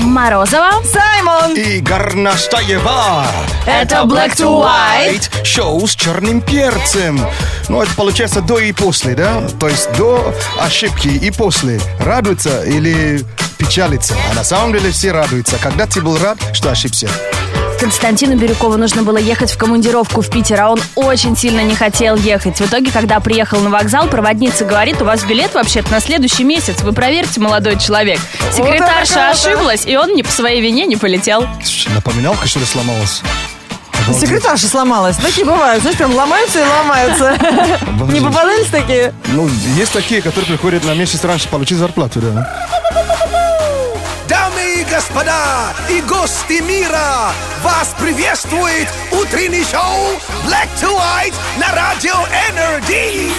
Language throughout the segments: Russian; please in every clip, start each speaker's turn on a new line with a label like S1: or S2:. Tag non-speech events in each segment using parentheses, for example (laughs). S1: Морозова.
S2: Саймон!
S3: И Гарнаштаева.
S1: Это Black to White.
S3: Шоу с черным перцем. Ну, это получается до и после, да? То есть до ошибки и после. Радуется или печалится. А на самом деле все радуются. Когда ты был рад, что ошибся?
S1: Константину Бирюкову нужно было ехать в командировку в Питер, а он очень сильно не хотел ехать. В итоге, когда приехал на вокзал, проводница говорит, у вас билет вообще-то на следующий месяц. Вы проверьте, молодой человек.
S2: Вот
S1: Секретарша
S2: она,
S1: ошиблась, и он не по своей вине не полетел.
S3: Слушай, Напоминалка, что ли, сломалась? Обалдеть.
S2: Секретарша сломалась. Такие бывают. Знаешь, прям ломаются и ломаются. Не попадались такие?
S3: Ну, есть такие, которые приходят на месяц раньше получить зарплату, да.
S4: Дамы и господа, и гости мира, вас приветствует утренний шоу Black to White на радио Energy.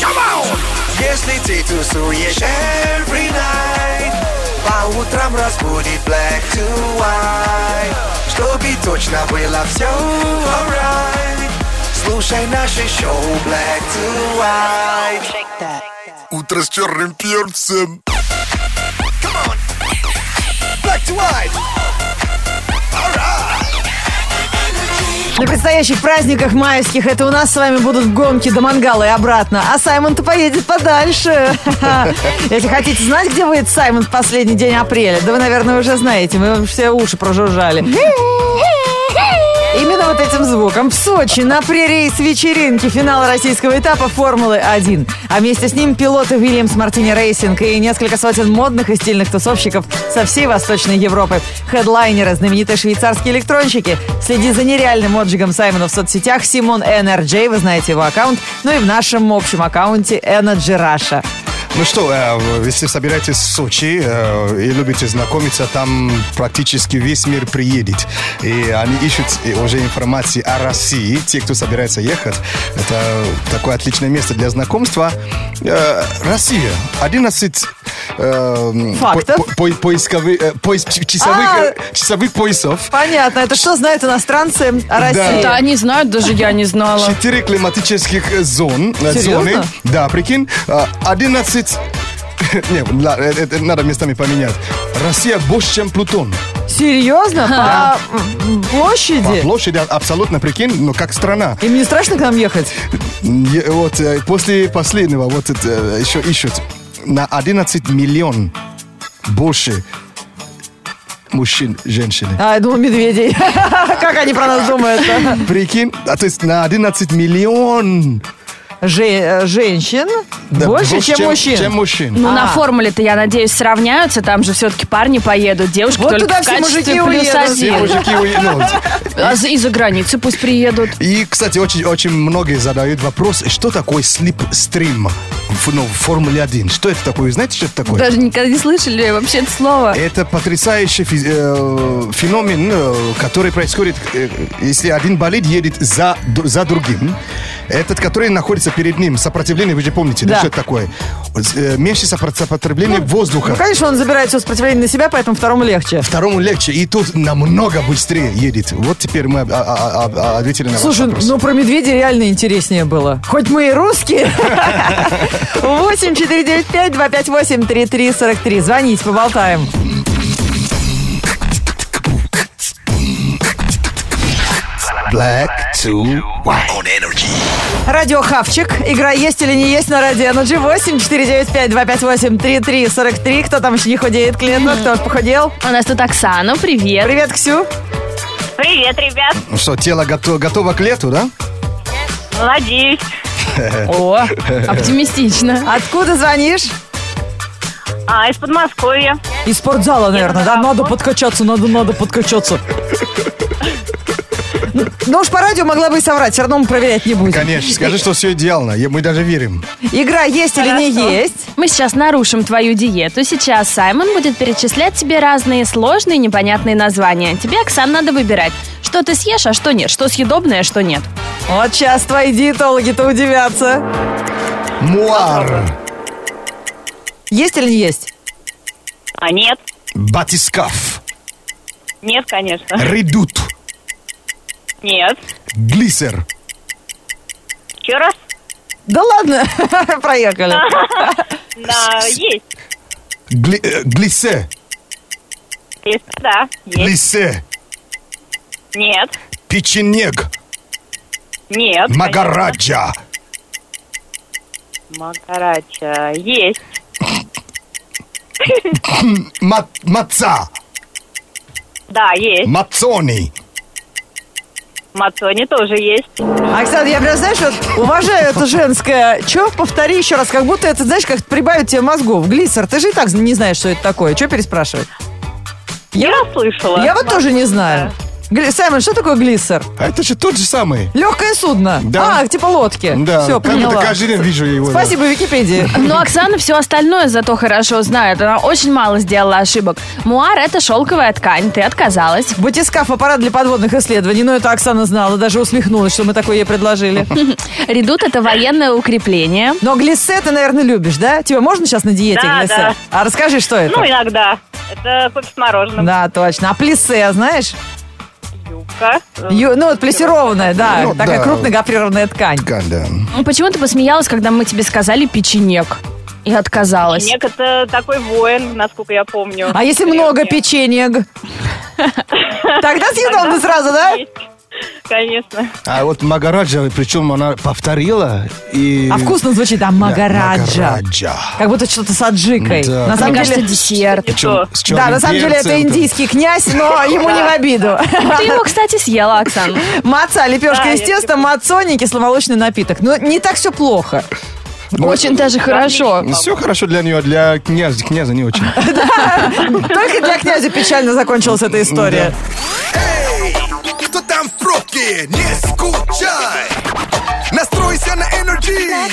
S4: Come on! Если ты тусуешь every night, по утрам разбудит Black to White, чтобы точно было все alright. Слушай наше шоу Black to White.
S5: Утро с черным перцем.
S4: Come on. Black to White. Alright.
S2: На предстоящих праздниках майских это у нас с вами будут гонки до мангала и обратно. А Саймон-то поедет подальше. Если хотите знать, где будет Саймон в последний день апреля, да вы, наверное, уже знаете. Мы вам все уши прожужжали. Именно вот этим звуком в Сочи на пререйс вечеринки финала российского этапа Формулы-1. А вместе с ним пилоты Вильямс Мартини Рейсинг и несколько сотен модных и стильных тусовщиков со всей Восточной Европы. Хедлайнеры, знаменитые швейцарские электронщики. Следи за нереальным отжигом Саймона в соцсетях Симон NRJ, вы знаете его аккаунт, ну и в нашем общем аккаунте Energy Russia.
S3: Ну что, э, если собираетесь в Сочи э, и любите знакомиться, там практически весь мир приедет. И они ищут э, уже информации о России, те, кто собирается ехать. Это такое отличное место для знакомства. Э, Россия. 11 э,
S2: Фактов.
S3: по- по- поисковы- э, поис- часовых, э, часовых поясов.
S2: Понятно, это что знают иностранцы о России?
S1: Да они знают, даже я не знала.
S3: Четыре климатических э, зон. э,
S2: Серьезно?
S3: Зоны. Да, прикинь. э, 11... (laughs) Не, ла- э, э, надо местами поменять. Россия больше, чем Плутон.
S2: Серьезно? По м,
S3: По
S2: площади?
S3: площади а, абсолютно, прикинь, но как страна.
S2: Им не страшно к нам ехать?
S3: Е- Вот э, после последнего вот это, э, еще ищут. На 11 миллион больше мужчин, женщины.
S2: А, я думал, медведей. (laughs) Как они про нас думают?
S3: Прикинь, а то есть на 11 миллион
S2: Же- э, Женщин
S3: да,
S2: больше, чем
S3: Чем
S2: мужчин.
S3: мужчин.
S1: Ну, на
S2: А.
S1: формуле-то, я надеюсь, сравняются. Там же все-таки парни поедут, девушки
S2: Вот
S1: только
S2: туда
S1: в
S2: все
S1: качестве
S2: мужики
S1: плюс
S2: уедут.
S3: Все
S1: один.
S3: мужики уедут.
S1: А за- из-за границы пусть приедут.
S3: И, кстати, очень, очень многие задают вопрос, что такое слип-стрим в, ну, в Формуле 1? Что это такое? Знаете, что это такое?
S1: Даже никогда не слышали вообще это слово.
S3: Это потрясающий фи- э, феномен, э, который происходит, э, если один болид едет за, ду- за другим. Этот, который находится перед ним, сопротивление, вы же помните, да,
S2: Да.
S3: что это такое? Э, Меньше сопро- сопротивление воздуха.
S2: Ну, конечно, он забирает все сопротивление на себя, поэтому второму легче.
S3: Второму легче, и тут намного быстрее едет. Вот теперь мы а- а- а- а- ответили на
S2: Слушай,
S3: ваш вопрос.
S2: ну про медведей реально интереснее было. Хоть мы и русские. (laughs) 8 495 258 3343. Звоните, поболтаем.
S3: Black to
S4: On energy.
S2: Радио Хавчик. Игра есть или не есть на радио Energy 8 495 258 3343. Кто там еще не худеет, клиент, кто похудел?
S1: У нас тут Оксана, привет.
S2: Привет, Ксю.
S6: Привет, ребят.
S3: Ну Что, тело готово, готово к лету, да?
S6: Надеюсь.
S1: О, оптимистично.
S2: Откуда звонишь?
S6: А, из Подмосковья.
S2: Из спортзала, наверное, ну да? Надо подкачаться, надо, надо подкачаться. Ну уж по радио могла бы и соврать, все равно мы проверять не будем.
S3: Конечно, скажи, что все идеально, и мы даже верим.
S2: Игра есть или не есть?
S1: Мы сейчас нарушим твою диету. Сейчас Саймон будет перечислять тебе разные сложные непонятные названия. Тебе, Оксан, надо выбирать, что ты съешь, а что нет, что съедобное, а что нет.
S2: Вот сейчас твои диетологи-то удивятся.
S3: Муар,
S2: Есть или не есть?
S6: А нет.
S3: батискаф,
S6: Нет, конечно.
S3: редут,
S6: Нет.
S3: глиссер,
S6: Еще раз?
S2: Да ладно, (laughs) проехали.
S6: Да, есть.
S3: гли- э, глиссе,
S6: Есть, да. Есть.
S3: Лисе,
S6: Нет.
S3: печенег,
S6: Нет.
S3: магараджа.
S6: конечно. Магарача. а, Есть.
S3: Ма- маца,
S6: Да, есть.
S3: мацони.
S6: Мацони тоже есть.
S2: Оксана, я прям, знаешь, вот уважаю это женское. Че, повтори еще раз, как будто это, знаешь, как прибавит тебе мозгов. Глиссер, ты же и так не знаешь, что это такое. Че переспрашивать?
S6: Я слышала.
S2: Я вот тоже не знаю. Гли- Саймон, что такое глиссер?
S3: А это же тот же самый.
S2: Легкое судно.
S3: Да.
S2: А, типа лодки.
S3: Да,
S2: Все,
S3: как это
S2: поняла.
S3: каждый день вижу его. да.
S2: Спасибо, Википедия.
S1: Но Ну, Оксана все остальное зато хорошо знает. Она очень мало сделала ошибок. Муар – это шелковая ткань, ты отказалась. (laughs)
S2: Батискаф – аппарат для подводных исследований. Ну, это Оксана знала, даже усмехнулась, что мы такое ей предложили.
S1: Редут – это военное укрепление.
S2: Но глиссе ты, наверное, любишь, да? Тебя можно сейчас на диете
S6: Да,
S2: глиссе?
S6: да.
S2: А расскажи, что это?
S6: Ну, иногда. Это кофе с мороженым.
S2: Да, точно. А плесе, знаешь?
S6: Юбка. Э,
S2: Ю- ну, вот плесированная, да.
S3: Ну,
S2: такая
S3: да.
S2: крупная гофрированная ткань.
S3: Ткань, да.
S1: Ну, Почему ты посмеялась, когда мы тебе сказали печенек? И отказалась.
S6: Печенек это такой воин, насколько я помню.
S2: А если много печенья? г- Тогда съедобно сразу, да?
S6: Есть. Конечно.
S3: А вот Магараджа, причем она повторила и...
S2: А вкусно звучит, а
S3: Да,
S2: магараджа.
S3: Магараджа.
S2: Как будто что-то с аджикой.
S3: Да.
S2: На самом
S1: Мне кажется,
S2: деле...
S1: десерт.
S6: И
S3: Чёр-
S6: то.
S3: с чёрным
S2: Да, на самом деле это
S3: перцем, там.
S2: индийский
S3: (laughs)
S2: князь, но ему не в обиду.
S1: Ты его, кстати, съела, Оксана.
S2: Маца, лепешка
S6: Да,
S2: из
S6: я
S3: типа-
S2: теста,
S6: люблю.
S2: мацони, кисломолочный напиток. Но не так все плохо.
S1: Очень даже хорошо.
S3: Все Ну, хорошо для нее, для князя, князя не очень.
S2: Только для князя печально закончилась эта история.
S4: Эй, кто там в пробке? Не скучай! Настройся на энергии!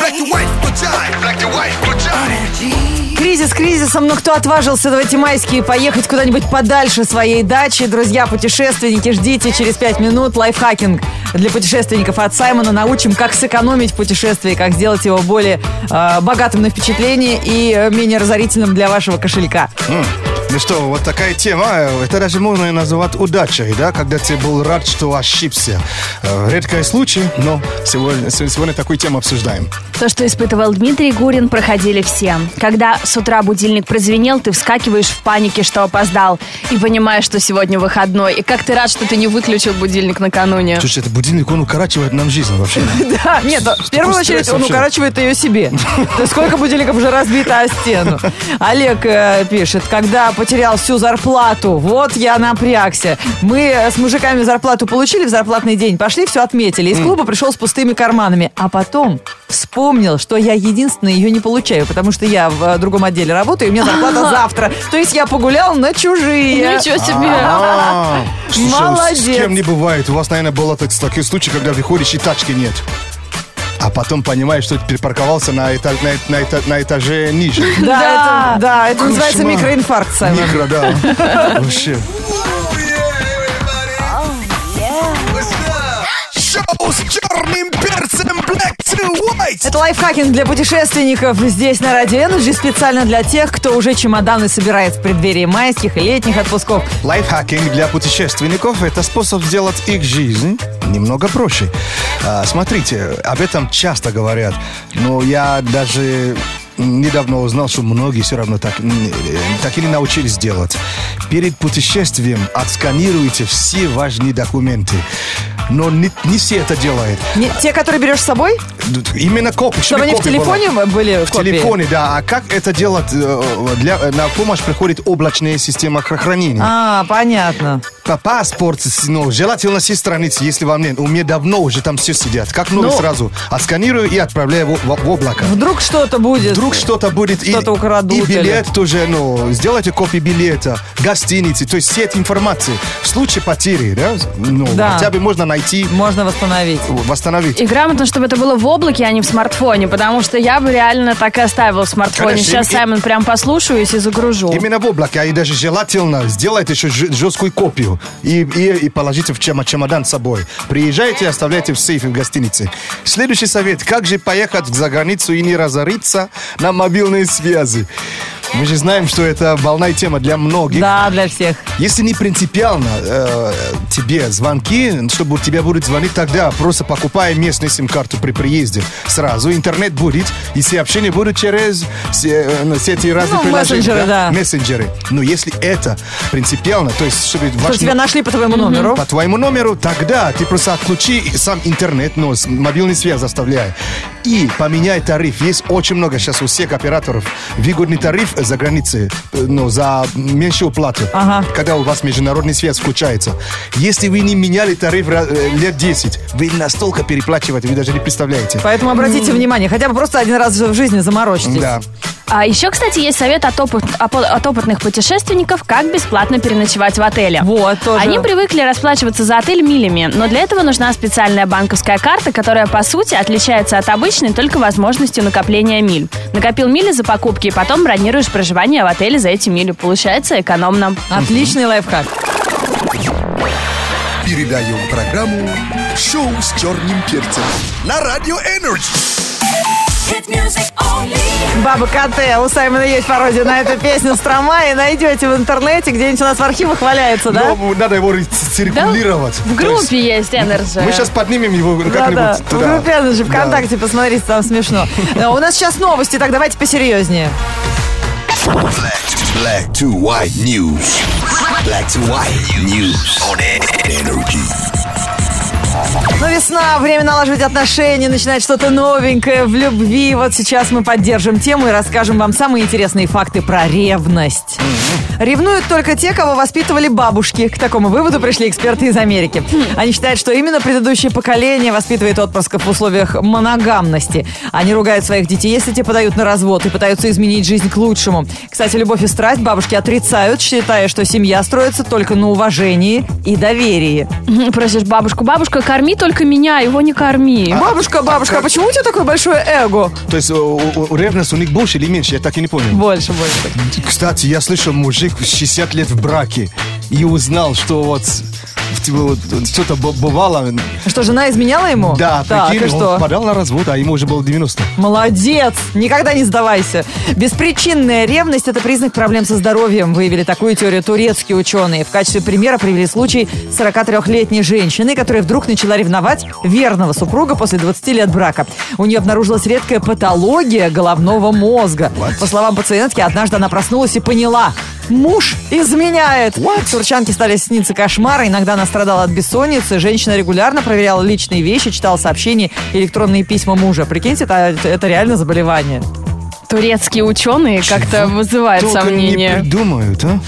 S4: Black to white включай! Black to white включай!
S2: Кризис кризисом, но кто отважился в эти майские поехать куда-нибудь подальше своей дачи? Друзья, путешественники, ждите через пять минут лайфхакинг для путешественников от Саймона. Научим, как сэкономить путешествие, как сделать его более э, богатым на впечатление и э, менее разорительным для вашего кошелька.
S3: М. Ну что, вот такая тема, э, это даже можно и называть удачей, да, когда ты был рад, что ошибся. Э, Редкий случай, но сегодня, се- сегодня такую тему обсуждаем.
S1: То, что испытывал Дмитрий Гурин, проходили все. Когда с утра будильник прозвенел, ты вскакиваешь в панике, что опоздал, и понимаешь, что сегодня выходной. И как ты рад, что ты не выключил будильник накануне.
S3: Слушай, это будильник, он укорачивает нам жизнь вообще.
S2: (laughs) Да, А, нет, в первую
S3: стресс
S2: очередь он
S3: вообще?
S2: укорачивает
S3: (laughs)
S2: ее себе. То есть сколько будильников уже разбито о стену. Олег э, пишет, когда потерял всю зарплату, вот я напрягся. Мы э, с мужиками зарплату получили в зарплатный день, пошли, все отметили. Из клуба пришел с пустыми карманами. А потом вспомнил, что я единственная ее не получаю, потому что я в э, другом отделе работаю, и у меня зарплата завтра. То есть я погулял на чужие.
S1: Ничего себе!
S3: А, слушай,
S2: Молодец.
S3: С кем не бывает. У вас, наверное, было так- такие случаи, когда выходишь и тачки нет. А потом понимаешь, что ты перепарковался на, этаж, на, э- на эта- на этаже ниже.
S2: (laughs) Да, это, да, это (laughs) называется
S3: Кошмар.
S2: микроинфаркт, Саймон.
S3: Микро, да.
S2: (laughs)
S3: Вообще.
S4: Oh, Шоу с черным перцем Black to white!
S2: Это лайфхакинг для путешественников здесь на Радио Energy, специально для тех, кто уже чемоданы собирает в преддверии майских и летних отпусков.
S3: Лайфхакинг для путешественников – это способ сделать их жизнь немного проще. А, Смотрите, об этом часто говорят, но я даже недавно узнал, что многие все равно так, м, э, так и не научились делать. Перед путешествием отсканируйте все важные документы. Но не, не все это делают.
S2: Не- те, которые берешь с собой,
S3: Именно копы.
S2: чтобы они в телефоне были
S3: В
S2: копии?
S3: телефоне, да. А как это делать? э, Для, на помощь приходит облачная система хранения.
S2: А, понятно.
S3: По паспорт, ну, желательно все страницы, если вам нет. У меня давно уже там все сидят. Как новый
S2: Ну.
S3: сразу. Отсканирую и отправляю в, в- в облако.
S2: Вдруг что-то будет.
S3: Вдруг что-то будет. и-
S2: Э, Что-то украдут
S3: И
S2: или-
S3: билет тоже, ну, сделайте копии билета, гостиницы, то есть сеть информации. В случае потери, да, ну,
S2: Да.
S3: хотя бы можно найти,
S2: Можно восстановить.
S3: восстановить.
S1: И грамотно, чтобы это было в облаке, а не в смартфоне, потому что я бы реально так и оставила в смартфоне.
S3: Конечно,
S1: Сейчас
S3: и-
S1: Саймон прям послушаюсь и загружу.
S3: Именно в облаке, а и даже желательно сделать еще жесткую копию и, и, и положите в чема- чемодан с собой. Приезжайте и оставляйте в сейфе в гостинице. Следующий совет. Как же поехать за границу и не разориться на мобильные связи? Мы же знаем, что это больная тема для многих.
S2: Да, для всех.
S3: Если не принципиально э, тебе звонки, чтобы тебя будут звонить тогда, просто покупай местную сим-карту при приезде сразу. Интернет будет, и сообщения будут через се- э, на сети разные
S2: Ну,
S3: приложения.
S2: мессенджеры, да.
S3: Мессенджеры. Но если это принципиально, то есть, чтобы
S2: Что
S3: ваш
S2: тебя нашли по твоему номеру.
S3: по твоему номеру, тогда ты просто отключи и сам интернет, но с- мобильный связь заставляй. И поменяй тариф. Есть очень много сейчас у всех операторов выгодный тариф за границей, э, но за меньшую плату.
S2: Ага.
S3: Когда у вас международный связь включается. Если вы не меняли тариф ра- э, лет 10, вы настолько переплачиваете, вы даже не представляете.
S2: Поэтому обратите внимание, хотя бы просто один раз в жизни заморочитесь.
S3: Да.
S1: А еще, кстати, есть совет от, опыт- опо- от опытных путешественников, как бесплатно переночевать в отеле.
S2: Вот, тоже.
S1: Они привыкли расплачиваться за отель милями, но для этого нужна специальная банковская карта, которая, по сути, отличается от обычной только возможностью накопления миль. Накопил мили за покупки, и потом бронируешь проживание в отеле за эти мили. Получается экономно.
S2: Отличный лайфхак.
S5: Передаем программу «Шоу с черным перцем» на Радио Энерджи.
S7: Hit music only.
S2: Баба Коте, у Саймона есть пародия на эту песню «Строма», и найдете в интернете, где-нибудь у нас в архивах валяется, да?
S3: Но надо его ре- циркулировать.
S1: В
S3: То есть
S1: группе есть Energy.
S3: Мы сейчас поднимем его как-нибудь
S2: Да-да. В
S3: туда.
S2: группе она же
S3: Да.
S2: ВКонтакте, посмотрите, там смешно. Э, У нас сейчас новости, так давайте посерьезнее.
S5: Black to white news. Black to white news on Energy.
S2: Ну, весна, время налаживать отношения, начинать что-то новенькое в любви. Вот сейчас мы поддержим тему и расскажем вам самые интересные факты про ревность. Ревнуют только те, кого воспитывали бабушки. К такому выводу пришли эксперты из Америки. Они считают, что именно предыдущее поколение воспитывает отпрысков в условиях моногамности. Они ругают своих детей, если те подают на развод и пытаются изменить жизнь к лучшему. Кстати, любовь и страсть бабушки отрицают, считая, что семья строится только на уважении и доверии.
S1: (laughs) Просишь бабушку, бабушка, корми только меня, его не корми.
S2: Бабушка, бабушка, а почему у тебя такое большое эго?
S3: То есть э, у, у- у ревность у них больше или меньше, я так и не понял.
S2: Больше, больше.
S3: Кстати, я слышал, мужик в 60 лет в браке и узнал, что вот типа, вот что-то бу- бывало.
S2: А Что, жена изменяла ему?
S3: Да,
S2: так,
S3: прикинь,
S2: и
S3: он
S2: что?
S3: подал на развод, а ему уже было 90.
S2: Молодец! Никогда не сдавайся. Беспричинная ревность – это признак проблем со здоровьем, выявили такую теорию турецкие ученые. В качестве примера привели случай 43-летней женщины, которая вдруг начала ревновать верного супруга после 20 лет брака. У нее обнаружилась редкая патология головного мозга. По словам пациентки, однажды она проснулась и поняла – муж изменяет. Турчанке стали сниться кошмары. Иногда она страдала от бессонницы. Женщина регулярно проверяла личные вещи, читала сообщения, электронные письма мужа. Прикиньте, это, это реально заболевание.
S1: Турецкие ученые как-то вызывают
S3: Только не
S1: сомнения.
S3: придумают, а?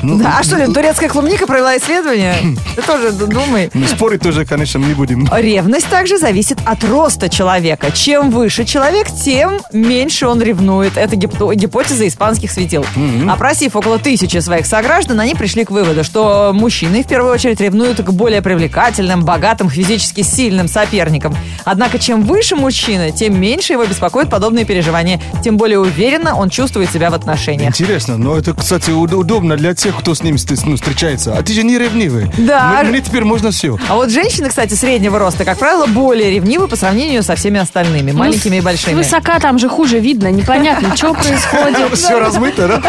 S3: Ну,
S2: Да, а что ли, турецкая клубника провела
S3: (laughs)
S2: исследование? Ты тоже д- думай.
S3: ну, спорить тоже, конечно, не будем.
S2: Ревность также зависит от роста человека. Чем выше человек, тем меньше он ревнует. Это гипто- гипотеза испанских светил. Опросив около тысячи своих сограждан, они пришли к выводу, что мужчины в первую очередь ревнуют к более привлекательным, богатым, физически сильным соперникам. Однако чем выше мужчина, тем меньше его беспокоят подобные переживания, тем более уверенно он чувствует себя в отношениях.
S3: Интересно, но это, кстати, уд- удобно для тех, кто с ним ст- ну, встречается. А ты же не ревнивый.
S2: Да.
S3: Мне, мне теперь можно все.
S2: А вот женщины, кстати, среднего роста, как правило, более ревнивы по сравнению со всеми остальными, маленькими и
S1: Ну, с-
S2: большими.
S1: Высока там же хуже видно, непонятно, (laughs) что
S3: (laughs)
S1: происходит.
S3: Все размыто, да?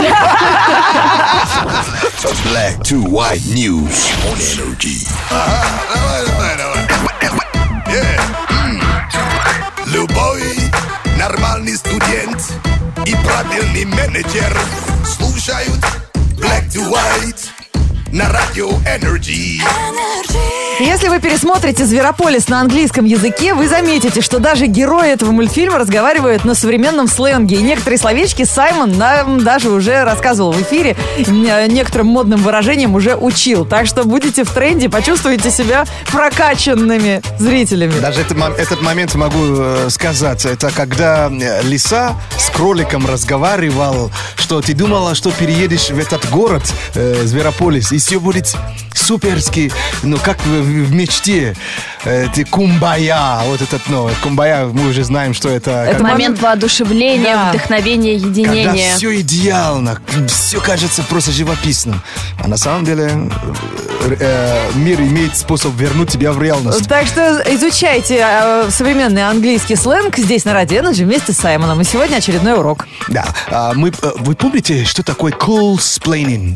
S5: Black to white news on Energy. Ага, давай, давай, давай. Yeah. М. Любой нормальный студент и правильный менеджер слушают Black to white на Радио Energy.
S7: Energy.
S2: Если вы пересмотрите «Зверополис» на английском языке, вы заметите, что даже герои этого мультфильма разговаривают на современном сленге. И некоторые словечки Саймон нам даже уже рассказывал в эфире, н- некоторым модным выражением уже учил. Так что будете в тренде, почувствуете себя прокачанными зрителями.
S3: Даже этот, мом- этот момент могу э, сказать. Это когда э, лиса с кроликом разговаривал, что ты думала, что переедешь в этот город, э, Зверополис, и и все будет суперски, но как в, в мечте. Э, Ты кумбая, вот этот, ну, кумбая, мы уже знаем, что это.
S1: Это момент воодушевления,
S2: Да.
S1: вдохновения,
S3: когда
S1: единения.
S3: все идеально, все кажется просто живописным. А на самом деле э, э, мир имеет способ вернуть тебя в реальность.
S2: Так что изучайте э, современный английский сленг здесь на Радио Energy вместе с Саймоном. И сегодня очередной урок.
S3: Да, а мы, э, вы помните, что такое cool splaining?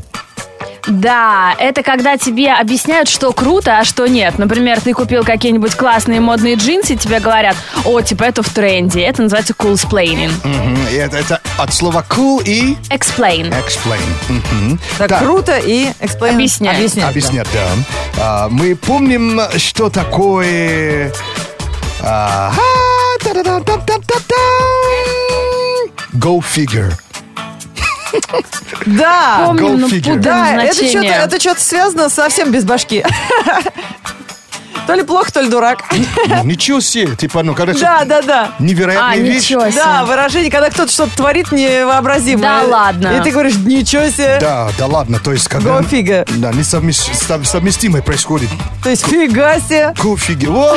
S1: Да, это когда тебе объясняют, что круто, а что нет. Например, ты купил какие-нибудь классные модные джинсы, и тебе говорят, о, типа это в тренде. Это называется кулсплейнинг.
S3: Это, это от слова cool и
S1: Explain.
S3: explain. Мгм.
S2: Так,
S3: Так.
S2: круто и эксплейн...
S1: Объясняет.
S2: Объясняет, да.
S3: Объяснят, да. А, мы помним, что такое... а, а, та-да-да-дам-дам-дам-дам. Go figure.
S2: Да.
S1: Помню,
S3: Go
S1: но
S3: figure.
S1: путаю
S2: Да, это
S1: значение.
S2: что-то, это что-то связано совсем без башки. (laughs) То ли плохо, то ли дурак. (laughs)
S3: (laughs) Ну, ничего себе. Типа, ну, короче,
S2: Да, да, да.
S1: А,
S3: невероятная вещь.
S1: ничего себе.
S2: Да, выражение, когда кто-то что-то творит невообразимое.
S1: Да ладно.
S2: И ты говоришь, ничего себе.
S3: Да, да ладно, то есть когда...
S2: Go figure.
S3: Да, несовмещ- сов- совместимое происходит.
S2: То есть фига себе.
S3: Go figure.
S2: (laughs)
S3: Во!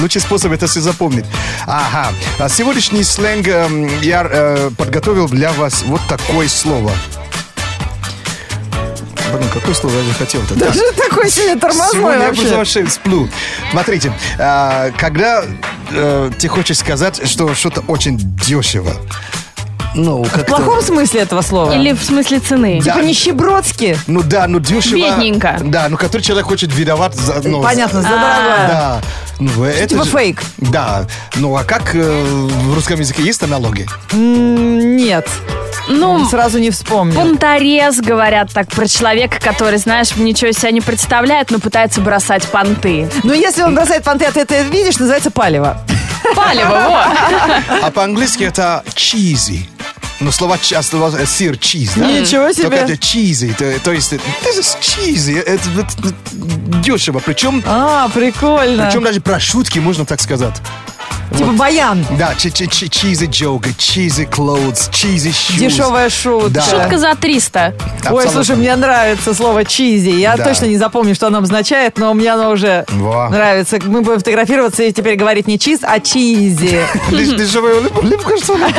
S3: Лучший способ это все запомнить. Ага. А сегодняшний сленг эм, я э, подготовил для вас вот такое слово. Блин, какое слово я же хотел-то? Да.
S2: Что такое сегодня тормозной
S3: Сегодня я просто
S2: вообще?
S3: вообще сплю. Смотрите, а, когда э, ты хочешь сказать, что что-то очень дешево, ну,
S2: В
S3: как
S2: плохом смысле этого слова?
S1: Или в смысле цены.
S3: Да.
S2: Типа нищебродски?
S3: Ну да, ну дешево.
S1: Бедненько.
S3: Да, ну который человек хочет видовать за... ну,
S2: Понятно,
S1: А.
S2: за
S3: за-
S2: дорогое.
S3: Да. Ну, это
S2: А. типа
S3: же-
S2: фейк.
S3: Да. Ну а как э, в русском языке есть аналоги?
S2: М, Нет.
S1: Ну,
S2: Сразу не вспомнил.
S1: понторез, говорят так, про человека, который, знаешь, ничего из себя не представляет, но пытается бросать (laughs) понты.
S2: Но Ну, если он бросает понты, а ты это видишь, называется палево.
S1: Палево,
S3: А по-английски это cheesy. Ну, слово, «ч- а слово э, сыр, чиз, да?
S2: Ничего себе.
S3: Только это cheesy, то, то есть, э, this is cheesy, это, вот, э, дешево. Причем,
S2: А, прикольно.
S3: причем даже про шутки, можно так сказать.
S2: Типа баян.
S3: Да, чи- чи- чи- cheesy joke, cheesy clothes, cheesy shoes.
S2: Дешевая шутка.
S3: Да.
S1: вот. Шутка за 300.
S2: Ой,
S3: Абсолютно.
S2: слушай, мне нравится слово чизи. Я
S3: Да.
S2: точно не запомню, что оно обозначает, но мне оно уже
S3: Во.
S2: нравится. Мы будем фотографироваться и теперь говорить не чиз, а чизи.
S3: Деш- Дешевая улыб- улыбка, что ли?
S2: (laughs)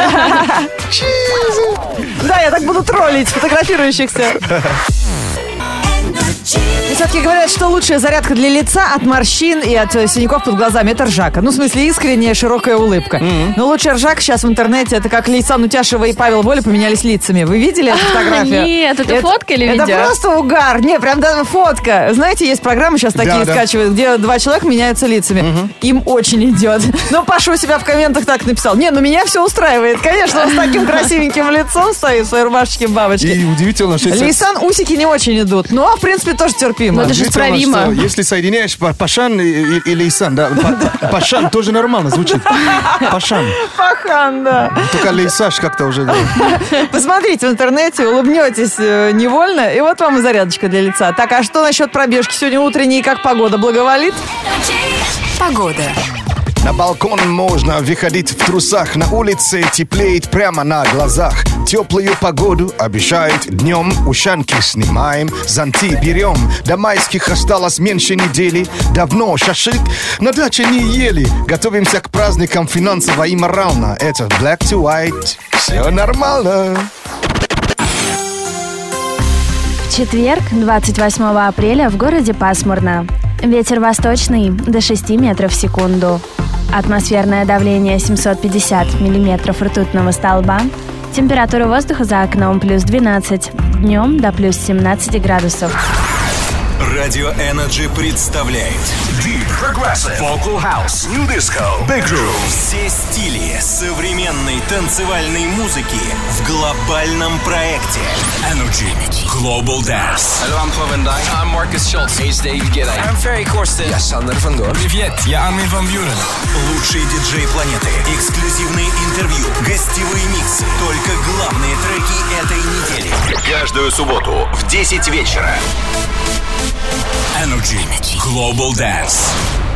S2: Да, я так буду троллить фотографирующихся.
S7: energy,
S2: Все-таки говорят, что лучшая зарядка для лица от морщин и от э, синяков под глазами – это ржака. Ну, в смысле, искренняя широкая улыбка. Но лучшая ржака сейчас в интернете – это как Лейсан Утяшева и Павел Воля поменялись лицами. Вы видели эту фотографию?
S1: А, нет, это фотка или видео?
S2: Это просто угар. Не, прям да, фотка. Знаете, есть программы сейчас такие
S3: да.
S2: скачивают, где два человека меняются лицами. Им очень идет. Но Паша у себя в комментах так написал. Не, ну меня все устраивает. Конечно, он с таким красивеньким лицом стоит в своей рубашечке бабочки.
S3: И удивительно, что... если-
S2: Лейсан усики не очень идут, но, в принципе, тоже терпимо.
S1: Ну, это же
S3: Удивительно,
S1: исправимо.
S3: что Если соединяешь Па- Пашан и, и- и Лейсан, да, Па- Пашан тоже нормально звучит. Пашан.
S2: Пахан, да.
S3: Только Лейсаш как-то уже... да.
S2: (laughs) Посмотрите в интернете, улыбнетесь э, невольно, и вот вам и зарядочка для лица. Так, а что насчет пробежки сегодня утренней, как погода благоволит?
S7: Погода.
S3: На балкон можно выходить в трусах, на улице теплеет прямо на глазах. Теплую погоду обещают днем, ушанки снимаем, зонты берем. До майских осталось меньше недели, давно шашлык на даче не ели. Готовимся к праздникам финансово и морально. Это Black to White, все нормально.
S1: В четверг, 28 апреля, в городе пасмурно. Ветер восточный до 6 метров в секунду. Атмосферное давление 750 миллиметров ртутного столба. Температура воздуха за окном плюс 12. Днем до плюс 17 градусов.
S5: Радио Energy представляет Deep Progressive Vocal House New Disco Big Room Все стили современной танцевальной музыки в глобальном проекте Energy Global Dance
S8: Hallo, I'm Paul van Dijk. I'm Marcus Schultz. He's David Gidday. I'm Ferry Corsten. Я Sander van Doorn.
S5: Привет, я Армин Ван Бюрен Лучшие диджеи планеты Эксклюзивные интервью Гостевые миксы Только главные треки этой недели Каждую субботу в 10 вечера Energy Global Dance